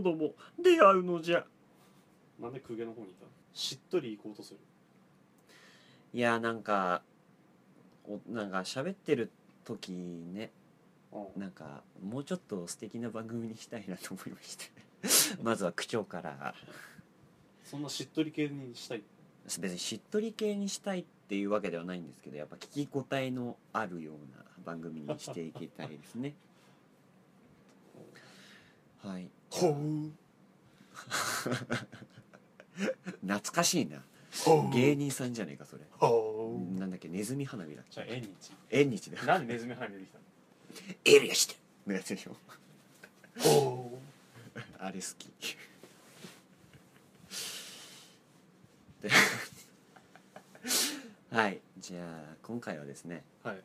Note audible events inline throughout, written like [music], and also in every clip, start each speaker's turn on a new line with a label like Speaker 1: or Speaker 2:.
Speaker 1: ども出会うのじゃ
Speaker 2: なんで公家の方にいたしっとり行こうとする
Speaker 1: いやなんかおなんか喋ってる時ね
Speaker 2: うん
Speaker 1: なんかもうちょっと素敵な番組にしたいなと思いま [laughs] してまずは区長から
Speaker 2: そんなしっとり系にしたい
Speaker 1: 別にしっとり系にしたいっていうわけではないんですけどやっぱ聞き応えのあるような番組にしていきたいですねはい [laughs]
Speaker 2: ほう
Speaker 1: 懐かしいな
Speaker 2: ほ
Speaker 1: 芸人さんじゃねえかそれ
Speaker 2: ほ
Speaker 1: なんだっけネズミ花火だっ
Speaker 2: じゃあ
Speaker 1: け
Speaker 2: 縁日
Speaker 1: 縁日だよ
Speaker 2: なんでネズミ花火出てきた
Speaker 1: エリアしてのやつでしょ
Speaker 2: のほ
Speaker 1: あれ好きではいじゃあ今回はですね
Speaker 2: うはい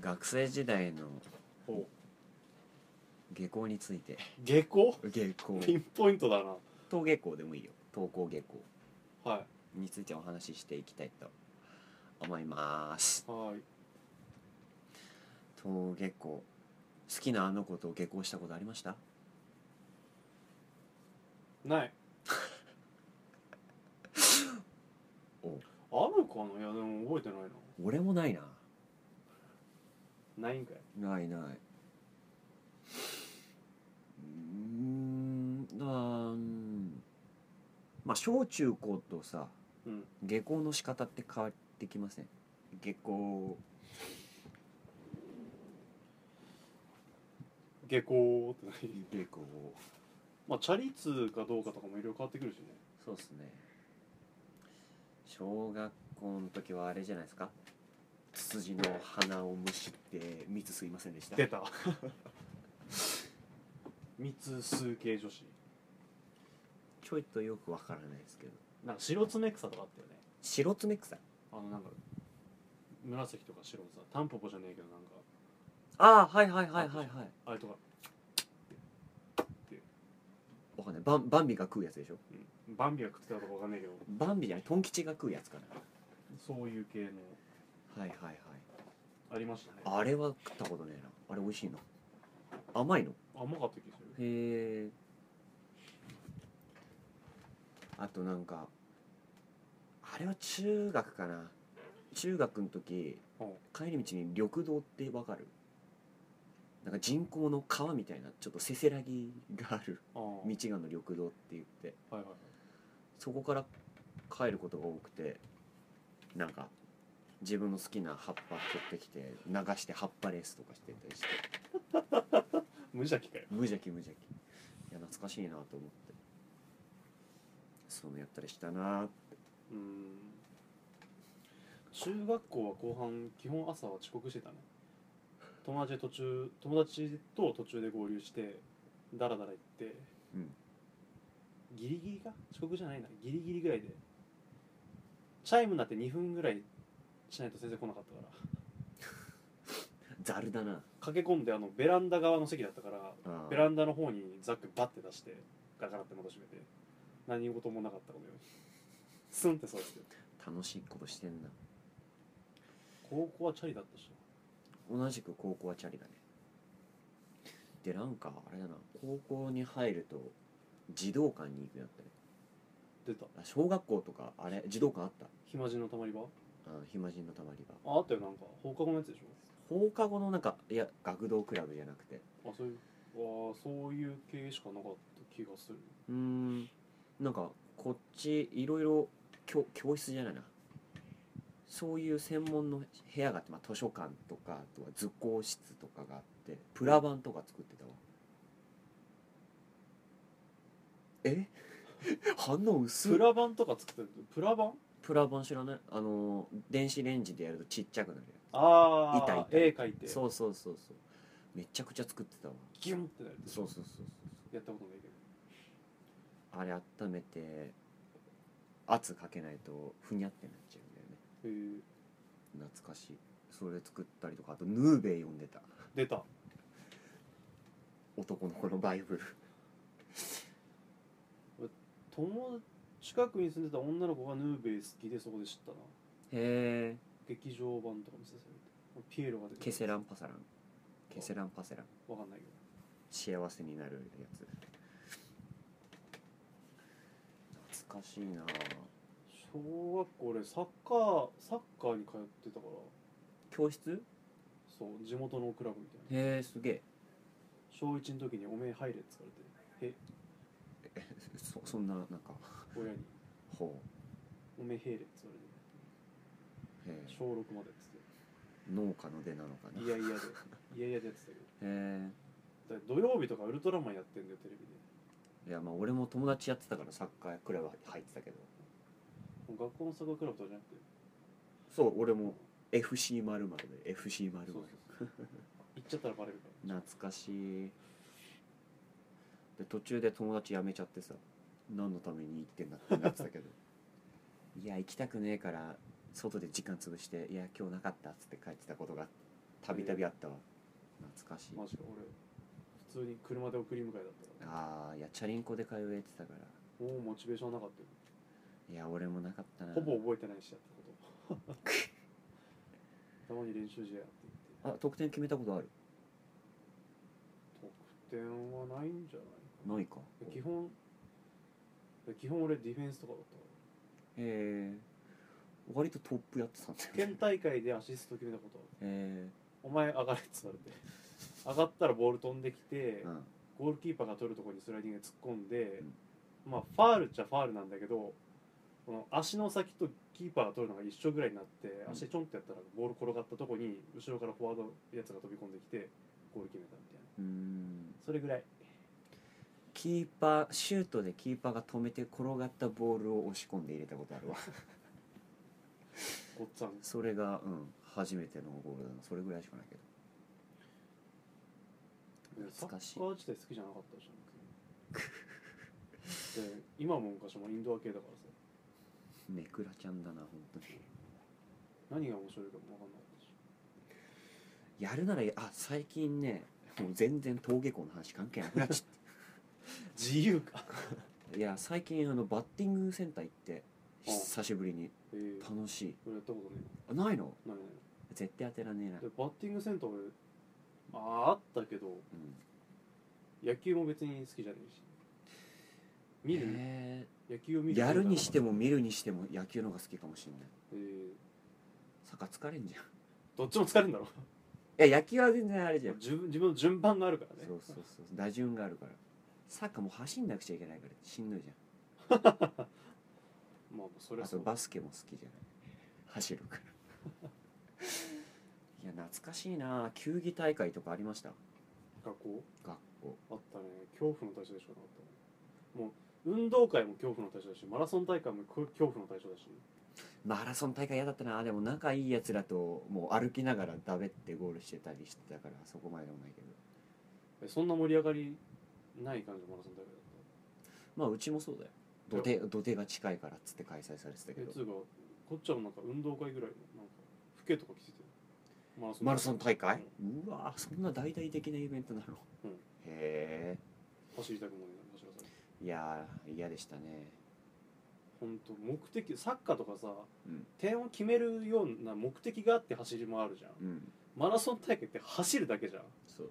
Speaker 1: 学生時代の
Speaker 2: ほ
Speaker 1: 下校について
Speaker 2: う下校
Speaker 1: 下校
Speaker 2: ピンポイントだな
Speaker 1: 登下校でもいいよ登校下校
Speaker 2: は
Speaker 1: についてお話ししていきたいと思います
Speaker 2: いはい
Speaker 1: 登下校好きなあの子と下校したことありました
Speaker 2: [laughs] ない
Speaker 1: お
Speaker 2: あるかないやでも覚えてない
Speaker 1: 俺もないな
Speaker 2: なないんかい
Speaker 1: ないないうーんあーうんまあ小中高とさ
Speaker 2: うん
Speaker 1: 下校の仕方って変わってきません下校
Speaker 2: 下校って
Speaker 1: 下
Speaker 2: 何
Speaker 1: 校
Speaker 2: まあチャリ通かどうかとかもいろいろ変わってくるしね
Speaker 1: そうですね小学校の時はあれじゃないですかツツジの花をむしって蜜吸いませんでした
Speaker 2: 出た [laughs] 密数系女子
Speaker 1: ちょいとよくわからないですけど
Speaker 2: なんか白爪草とかあったよね
Speaker 1: 白爪草
Speaker 2: あのなんか紫とか白さタンポポじゃねえけどなんか
Speaker 1: ああはいはいはいはいはい
Speaker 2: あれとか、
Speaker 1: わかんないバンバンビが食うやつでしょ
Speaker 2: うん、バンビが食ってたとかわかんねえけど
Speaker 1: バンビじゃないトン吉が食うやつか
Speaker 2: そういう系の
Speaker 1: なはいはいはい
Speaker 2: ありましたね
Speaker 1: あれは食ったことねえなあれ美味しいの甘いの
Speaker 2: 甘かった気がする
Speaker 1: へえあとなんかあれは中学かな中学の時
Speaker 2: うん
Speaker 1: 帰り道に緑道ってわかるなんか人工の川みたいなちょっとせせらぎがある
Speaker 2: ああ
Speaker 1: 道がの緑道って言って
Speaker 2: はいはいはい
Speaker 1: そこから帰ることが多くてなんか自分の好きな葉っぱ取ってきて流して葉っぱレースとかしてたりして
Speaker 2: 無邪気かよ
Speaker 1: 無邪気無邪気いや懐かしいなと思ってそういうのやったりしたな
Speaker 2: うーん中学校は後半基本朝は遅刻してたね友達で途中友達と途中で合流してダラダラ行って、
Speaker 1: うん
Speaker 2: ギリギリか遅刻じゃないなギリギリぐらいでチャイムになって2分ぐらいしないと先生来なかったから
Speaker 1: ざるだな
Speaker 2: 駆け込んであのベランダ側の席だったから
Speaker 1: あ
Speaker 2: ベランダの方にザックバッて出してガラガラって窓閉めて何事もなかったかのようにスンってそうですよ
Speaker 1: 楽しいことしてんな
Speaker 2: 高校はチャリだったし
Speaker 1: 同じく高校はチャリだねでなんかあれだな高校に入ると児童館に行くようになったね
Speaker 2: 出た
Speaker 1: あ小学校とかあれ児童館あった
Speaker 2: 暇人のたまり場
Speaker 1: あの暇人のたまり場
Speaker 2: ああったよなんか放課後のやつでし
Speaker 1: 放課後のなんかいや学童クラブじゃなくて
Speaker 2: ょあそういうああそういう系しかなかった気がする
Speaker 1: うーんなんかこっちいろいろ教教室じゃないなそういう専門の部屋があって、まあ、図書館とかあとは図工室とかがあってプラ板とか作ってたわえ [laughs] 反応薄い
Speaker 2: プラ版とか作ってるプラ版
Speaker 1: プラ板知らないあの電子レンジでやるとちっちゃくなるや
Speaker 2: ああ
Speaker 1: 板板
Speaker 2: 絵描いて
Speaker 1: つそうそうそうそうめちゃくちゃ作ってたわ
Speaker 2: ギュンってなるやつ
Speaker 1: そうそうそうそう
Speaker 2: やったことないけど
Speaker 1: あれ温めて圧かけないとふにゃってなっちゃうんだよね
Speaker 2: へー
Speaker 1: 懐かしいそれ作ったりとかあとヌーベイ読んでた
Speaker 2: 出た
Speaker 1: 男の子のバイブル
Speaker 2: 友近くに住んでた女の子がヌーベイ好きでそこで知ったな
Speaker 1: へえ
Speaker 2: 劇場版とか見せされてピエロが出て
Speaker 1: ケセランパサランケセランパセラン
Speaker 2: わかんないけど
Speaker 1: 幸せになるやつ懐かしいな
Speaker 2: 小学校俺サッカーサッカーに通ってたから
Speaker 1: 教室
Speaker 2: そう地元のクラブみたいな
Speaker 1: へえすげえ
Speaker 2: 小1の時に「おめえ入れ」って言われて
Speaker 1: そそんななんか
Speaker 2: 「へ親に
Speaker 1: ほ
Speaker 2: おめえ入れ」って言われて
Speaker 1: うへえ
Speaker 2: 小6までっつって
Speaker 1: 農家の出なのかない
Speaker 2: やいやでいやいやでやってたけど
Speaker 1: へ
Speaker 2: だから土曜日とかウルトラマンやってんだよテレビで
Speaker 1: えいやまあ俺も友達やってたからサッカークラブ入ってたけど
Speaker 2: もう学校のサッカークラブとかじゃなくて
Speaker 1: そう俺も FC まるまるで FC ま
Speaker 2: そ
Speaker 1: る
Speaker 2: う
Speaker 1: ま
Speaker 2: そう
Speaker 1: る
Speaker 2: そう行っちゃったらバレるから
Speaker 1: 懐かしいで途中で友達辞めちゃってさ何のために行ってんだってなってた
Speaker 2: [laughs]
Speaker 1: けどいや行きたくねえから外で時間潰して「いや今日なかった」っつって帰ってたことがたびたびあったわ懐かしい
Speaker 2: マジか俺普通に車で送り迎えだったから
Speaker 1: ああいやチャリンコで通えてたから
Speaker 2: もうモチベーションなかったよ
Speaker 1: いや俺もなかったな
Speaker 2: ほぼ覚えてないしやったこと [laughs] たまに練習試合やって言っ
Speaker 1: あ
Speaker 2: て
Speaker 1: 得点決めたことある
Speaker 2: 得点はないんじゃない
Speaker 1: ないか
Speaker 2: かな基本基本俺ディフェンスとかだったか
Speaker 1: えー、割とトップやってたんだよ
Speaker 2: ら
Speaker 1: ね
Speaker 2: 県大会でアシスト決めたことある
Speaker 1: え
Speaker 2: お前上がれっつわれて上がったらボール飛んできて、
Speaker 1: ー、うん
Speaker 2: ゴールキーパーが取るところにスライディングで突っ込んで
Speaker 1: うん、
Speaker 2: まあファールっちゃファールなんだけどこの足の先とキーパーが取るのが一緒ぐらいになって
Speaker 1: ん
Speaker 2: 足でちょんってやったらボール転がったとこに後ろからフォワードやつが飛び込んできてゴール決めたみたいな
Speaker 1: うーん
Speaker 2: それぐらい
Speaker 1: キーパーシュートでキーパーが止めて転がったボールを押し込んで入れたことあ
Speaker 2: [laughs]
Speaker 1: るわ
Speaker 2: ごっつぁん
Speaker 1: それがうん初めてのゴールだなそれぐらいしかないけど
Speaker 2: サッ
Speaker 1: 懐
Speaker 2: カ
Speaker 1: かしい
Speaker 2: ー自体好きじゃなかったじゃんで今も昔もインドア系だからさ
Speaker 1: めくらちゃんだな本当に
Speaker 2: 何が面白いかも分かんなかったし
Speaker 1: やるならあ最近ねもう全然登下校の話関係なくなっちゃった
Speaker 2: 自由か、 [laughs]
Speaker 1: いや最近あのバッティングセンター行って
Speaker 2: うん
Speaker 1: 久しぶりに
Speaker 2: えー、
Speaker 1: 楽しい
Speaker 2: 俺やったことね
Speaker 1: あないの
Speaker 2: えなないない
Speaker 1: 絶対当てらねえな、
Speaker 2: でバッティングセンター俺まああったけど
Speaker 1: うん、
Speaker 2: 野球も別に好きじゃないし見る、
Speaker 1: へ
Speaker 2: 野球を
Speaker 1: え
Speaker 2: 見る
Speaker 1: やるにしても
Speaker 2: も、
Speaker 1: 見るにしても野球の方が好きかもしれない
Speaker 2: えー
Speaker 1: サッカー疲れんじゃ
Speaker 2: どっちも疲れるんだろ
Speaker 1: んいや野球は全然あれじゃん
Speaker 2: 自分自分の順番があるからね
Speaker 1: そうそうそう打順があるからサッカーも走んなくちゃいけないからしんどいじ
Speaker 2: まあそ
Speaker 1: ゃん
Speaker 2: れ
Speaker 1: あ
Speaker 2: はそ
Speaker 1: と
Speaker 2: う
Speaker 1: バスケも好きじゃない走るから [laughs] いや懐かしいな球技大会とかありました
Speaker 2: 学校
Speaker 1: 学校
Speaker 2: あったね恐怖の対象でしかなかったねもう運動会も恐怖の対象だしマラソン大会も恐恐怖の対象だし
Speaker 1: マラソン大会嫌だったなでも仲いいやつらともう歩きながらダベってゴールしてたりしてたからそこまででもないけど
Speaker 2: えそんな盛り上がりない感じのマラソン大会だっ
Speaker 1: まあうちもそうだよ土手土手が近いからっつって開催されてたけ
Speaker 2: たえ
Speaker 1: ど
Speaker 2: つうかこっちはなんか運動会ぐらいのなんかフケとか着ててマラソン
Speaker 1: マラソン大会うわそんな大々的なイベントなの、
Speaker 2: うん
Speaker 1: へえ
Speaker 2: 走りたくもねえな走らされて
Speaker 1: いやー嫌でしたね
Speaker 2: 本当目的サッカーとかさ、
Speaker 1: うん
Speaker 2: 点を決めるような目的があって走り回るじゃん
Speaker 1: うん
Speaker 2: マラソン大会って走るだけじゃん
Speaker 1: そう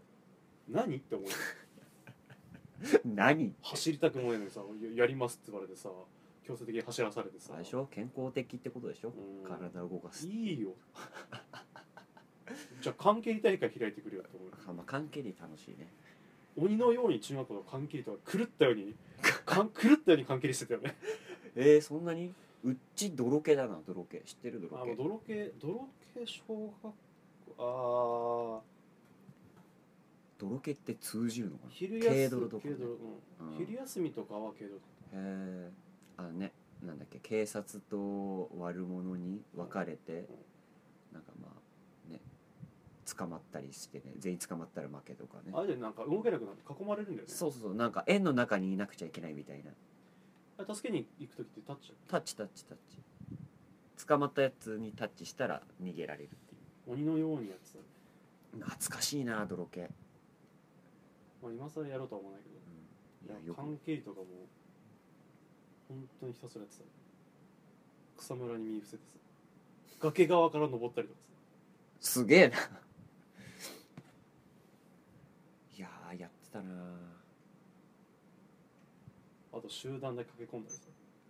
Speaker 2: 何っ
Speaker 1: [laughs]
Speaker 2: て思うよ
Speaker 1: 何
Speaker 2: 走りたくもねえのにさややりますって言われてさ強制的に走らされてさ
Speaker 1: あれでしょ健康的ってことでしょ
Speaker 2: うん
Speaker 1: 体を動かす
Speaker 2: いいよ [laughs] じゃあ関係大会開いてくれよって思うよ
Speaker 1: あまあ関係に楽しいね
Speaker 2: 鬼のように中学校の関係とか狂ったように
Speaker 1: [laughs]
Speaker 2: かん狂ったように関係してたよね
Speaker 1: えー、そんなにうっち泥系だな泥系知ってる
Speaker 2: あ
Speaker 1: 泥
Speaker 2: もう
Speaker 1: 系
Speaker 2: 泥系泥系小学校ああ
Speaker 1: 泥系って通じるのかな
Speaker 2: 昼休み
Speaker 1: 軽泥とかね
Speaker 2: 軽泥うん
Speaker 1: うん
Speaker 2: 昼休みとかは軽泥
Speaker 1: へえあのねなんだっけ警察と悪者に分かれてなんかまあね捕まったりしてね全員捕まったら負けとかね
Speaker 2: あれでなんか動けなくなって囲まれるんだよね
Speaker 1: そうそうそうなんか円の中にいなくちゃいけないみたいな
Speaker 2: あれ助けに行く時って立っちゃ
Speaker 1: タッチタッチタッチ捕まったやつにタッチしたら逃げられるっていう
Speaker 2: 鬼のようにやってた、
Speaker 1: う懐かしいな泥系、
Speaker 2: まあ、今更やろうとは思わないけど
Speaker 1: うん、いや
Speaker 2: い
Speaker 1: よ
Speaker 2: や
Speaker 1: く
Speaker 2: 関係とかも本当にひたすらやってた草むらに身伏せてさ崖側から登ったりとかさ
Speaker 1: すげえないやーやってたな
Speaker 2: あと集団で駆け込んだりさ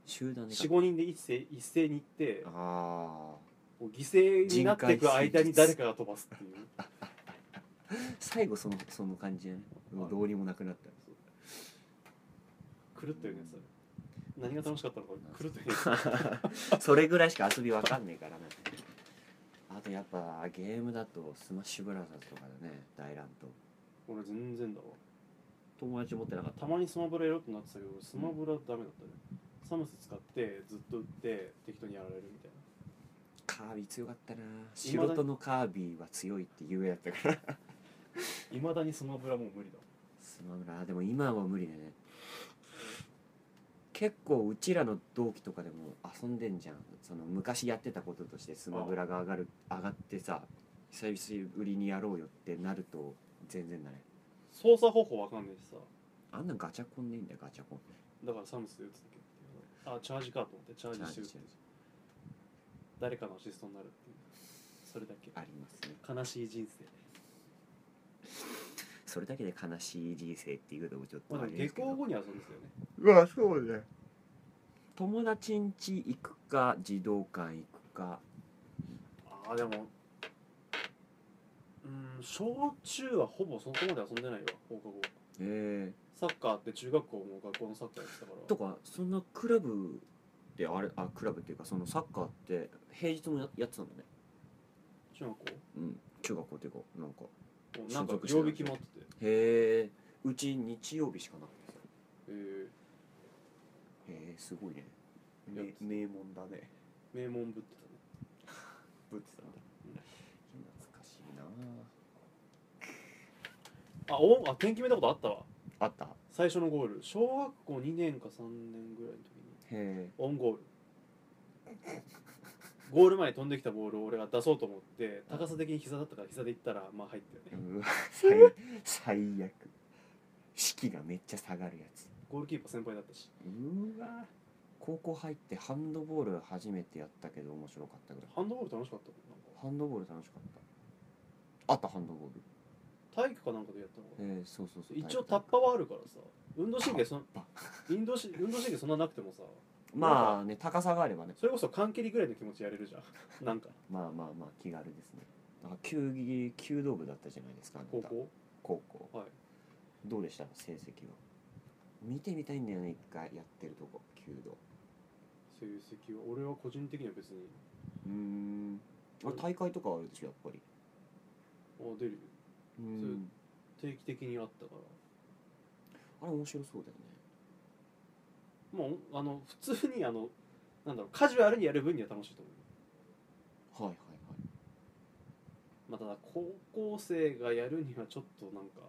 Speaker 1: 集団で書く
Speaker 2: 45人で一斉一斉に行って
Speaker 1: あ
Speaker 2: こう犠牲になっていく間に誰かが飛ばすっていう
Speaker 1: あ最後そのその感じやねもうどうにもなくなった [laughs]
Speaker 2: 狂ったよねそれ何が楽しかったのか狂ったよね
Speaker 1: [laughs] それぐらいしか遊びわかんねえからねあとやっぱゲームだとスマッシュブラザーズとかだね大乱闘
Speaker 2: 俺全然だわ
Speaker 1: 友達持ってなかった
Speaker 2: まにスマブラやろうってなってたけどスマブラダメだったね、サムス使ってずっと打って適当にやられるみたい
Speaker 1: カ
Speaker 2: な
Speaker 1: ービィ強かったな素人のカービィは強いっていうやつだから
Speaker 2: いまだにスマブラもう無理だわ
Speaker 1: スマブラでも今は無理だね結構うちらの同期とかでも遊んでんじゃんその昔やってたこととしてスマブラが上がる上がってさ久しぶりにやろうよってなると全然だね
Speaker 2: 操作方法わかんないしさ
Speaker 1: あんなんガチャコンでいいんだよガチャコン
Speaker 2: だからサムスで打つだけっていうあチャージかと思ってチャージして打って
Speaker 1: チャージ
Speaker 2: 誰かのアシストになるっていうそれだけ
Speaker 1: ありますね
Speaker 2: 悲しい人生
Speaker 1: それだけで悲しい人生っていうのもちょっと
Speaker 2: ま
Speaker 1: あ
Speaker 2: あ
Speaker 1: れ
Speaker 2: でも
Speaker 1: で
Speaker 2: 下
Speaker 1: すけど
Speaker 2: 校後に遊んですよね
Speaker 1: うわそうね友達ん家行くか児童館行くか
Speaker 2: ああでもうん小中はほぼそこまで遊んでないわ放課後
Speaker 1: ええ
Speaker 2: サッカーって中学校も学校のサッカーやってたから
Speaker 1: とかそんなクラブであれあクラブっていうかそのサッカーって平日もややってたんだね
Speaker 2: 中学校
Speaker 1: うん中学校っていうかなんか
Speaker 2: もうなんか
Speaker 1: 所属して
Speaker 2: 曜
Speaker 1: た
Speaker 2: 日決まってて
Speaker 1: へえうち日曜日しかなくてさ
Speaker 2: えー
Speaker 1: へえすごいね
Speaker 2: やってた
Speaker 1: 名門だね
Speaker 2: 名門ぶってたね
Speaker 1: ぶってたんだ懐かしいな
Speaker 2: あおあ点決めたことあったわ
Speaker 1: あった
Speaker 2: 最初のゴール小学校2年か3年ぐらいの時に
Speaker 1: へ
Speaker 2: オンゴール [laughs] ゴール前に飛んできたボールを俺が出そうと思って高さ的に膝だったから膝で行ったらまあ入ったよ
Speaker 1: え
Speaker 2: ね
Speaker 1: うわ最最悪士気がめっちゃ下がるやつ
Speaker 2: ゴールキーパー先輩だったし
Speaker 1: うわ高校入ってハンドボール初めてやったけど面白かったぐらい
Speaker 2: ハンドボール楽しかったもんなんか
Speaker 1: ハンドボール楽しかったあったハンドボール
Speaker 2: 体育かなんかでやったのかな
Speaker 1: えー、そうそうそう
Speaker 2: 一応タ
Speaker 1: 体
Speaker 2: ッ
Speaker 1: 育
Speaker 2: パはあるからさ運動神経そん
Speaker 1: タッ
Speaker 2: 運動し運動神経そんななくてもさ
Speaker 1: まあね高さがあればね
Speaker 2: それこそ缶蹴りぐらいの気持ちやれるじゃんなんか
Speaker 1: まあまあまあ気軽ですねだから球技弓道部だったじゃないですかあなた
Speaker 2: 高校
Speaker 1: 高校
Speaker 2: はい
Speaker 1: どうでした成績は見てみたいんだよね一回やってるとこ弓道
Speaker 2: 成績は俺は個人的には別に
Speaker 1: うーんあ大会とかあるでしょやっぱり
Speaker 2: あ出るよ
Speaker 1: うーん
Speaker 2: 定期的にあったから
Speaker 1: あれ面白そうだよね
Speaker 2: もうあの普通にあのなんだろうカジュアルにやる分には楽しいと思
Speaker 1: は
Speaker 2: う
Speaker 1: いはいはい
Speaker 2: まあ、ただ高校生がやるにはちょっとなんか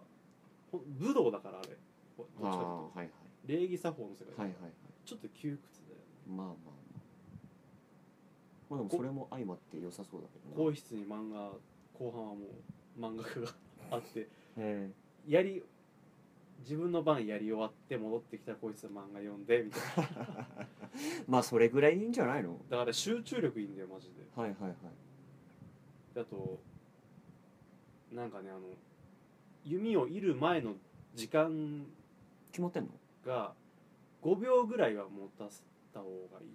Speaker 2: ほん武道だからあれどっちか
Speaker 1: あ
Speaker 2: とい
Speaker 1: あ
Speaker 2: うと
Speaker 1: はいはい
Speaker 2: 礼儀作法の世界だか
Speaker 1: は
Speaker 2: ら
Speaker 1: いはいはい
Speaker 2: ちょっと窮屈だよね
Speaker 1: まあまあまあまあでもそれも相まって良さそうだけどな
Speaker 2: 更衣室に漫画後半はもう漫画があって
Speaker 1: へ
Speaker 2: やり自分の番やり終わって戻ってきたら更衣室で漫画読んでみたいな
Speaker 1: えまあそれぐらいいいんじゃないの
Speaker 2: だから集中力いいんだよマジで
Speaker 1: はいはいはい
Speaker 2: であとなんかねあの弓を射る前の時間
Speaker 1: 決まってんの
Speaker 2: が5秒ぐらいは持たせた方がいい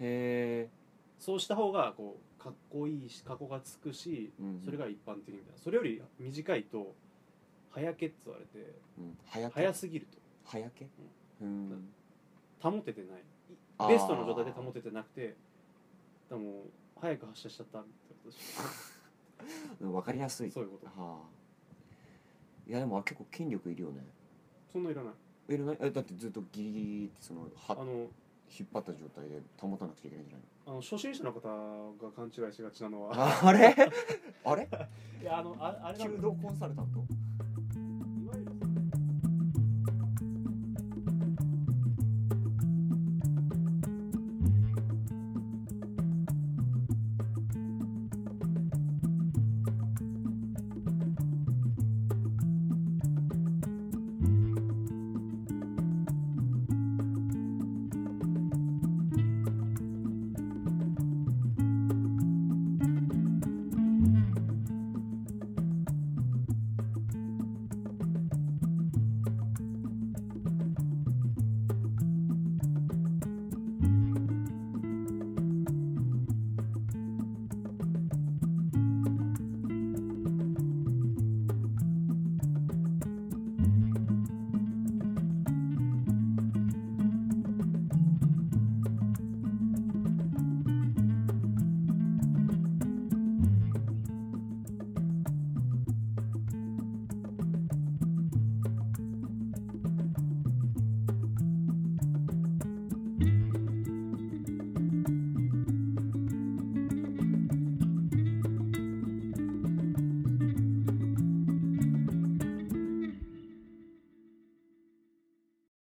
Speaker 1: へえ
Speaker 2: そうした方がこうかっこいいしかっこがつくし
Speaker 1: うん
Speaker 2: それが一般的みたいなそれより短いと早けって言われて
Speaker 1: うん早け
Speaker 2: 早すぎると
Speaker 1: 早けうん
Speaker 2: 保ててない
Speaker 1: あー
Speaker 2: ベストの状態で保ててなくてでも早く発射しちゃったみたいなことし
Speaker 1: 分かりやすい
Speaker 2: そういうこと
Speaker 1: はあいやでもあれ結構筋力いるよね
Speaker 2: そんないらない
Speaker 1: いるないえだってずっとギリギリってその
Speaker 2: あ
Speaker 1: は
Speaker 2: の
Speaker 1: 引っ張った状態で保たなくちゃいけないんじゃない
Speaker 2: あの初心者の方が勘違いしがちなの
Speaker 1: [laughs]
Speaker 2: は
Speaker 1: のあれあれ
Speaker 2: いやあのああれなんだ
Speaker 1: 弓道コンサルタント